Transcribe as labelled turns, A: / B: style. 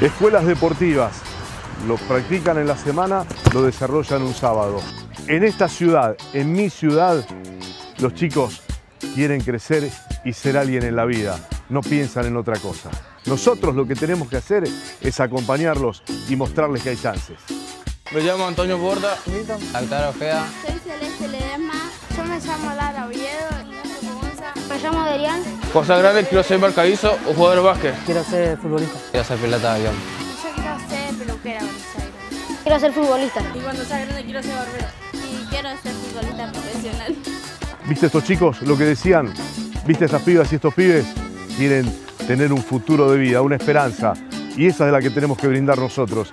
A: Escuelas deportivas, lo practican en la semana, lo desarrollan un sábado. En esta ciudad, en mi ciudad, los chicos quieren crecer y ser alguien en la vida, no piensan en otra cosa. Nosotros lo que tenemos que hacer es acompañarlos y mostrarles que hay chances.
B: Me llamo Antonio Borda, Altara Ojea,
C: Soy Celeste Ledesma. Yo me llamo Lara Oviedo. Me llamo Adrián.
B: Cosa Grande, quiero ser mercadizo o jugador de básquet.
D: Quiero ser futbolista.
B: Quiero ser pilota de avión.
C: Yo quiero ser peluquera, Buenos Aires.
E: Quiero ser futbolista.
C: Y cuando sea grande quiero ser barbero. Y quiero ser futbolista profesional.
A: ¿Viste estos chicos lo que decían? ¿Viste estas pibas y estos pibes? Quieren tener un futuro de vida, una esperanza. Y esa es la que tenemos que brindar nosotros.